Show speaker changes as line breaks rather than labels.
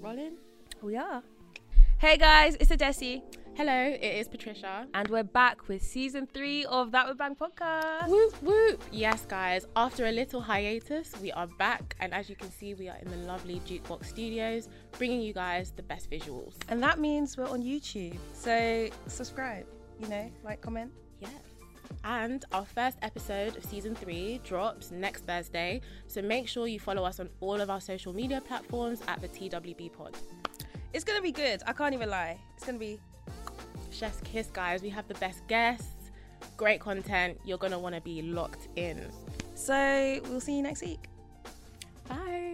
Rolling?
Oh,
We are. Hey guys, it's Adesi,
Hello, it is Patricia.
and we're back with season three of That Would Bang podcast.
Whoop whoop. Yes, guys, after a little hiatus, we are back, and as you can see, we are in the lovely Jukebox Studios, bringing you guys the best visuals.
And that means we're on YouTube.
So subscribe, you know, like, comment.
Yes. And our first episode of season three drops next Thursday, so make sure you follow us on all of our social media platforms at the TWB Pod.
It's gonna be good. I can't even lie. It's gonna be
Chef's kiss, guys. We have the best guests, great content. You're gonna want to be locked in.
so we'll see you next week.
Bye.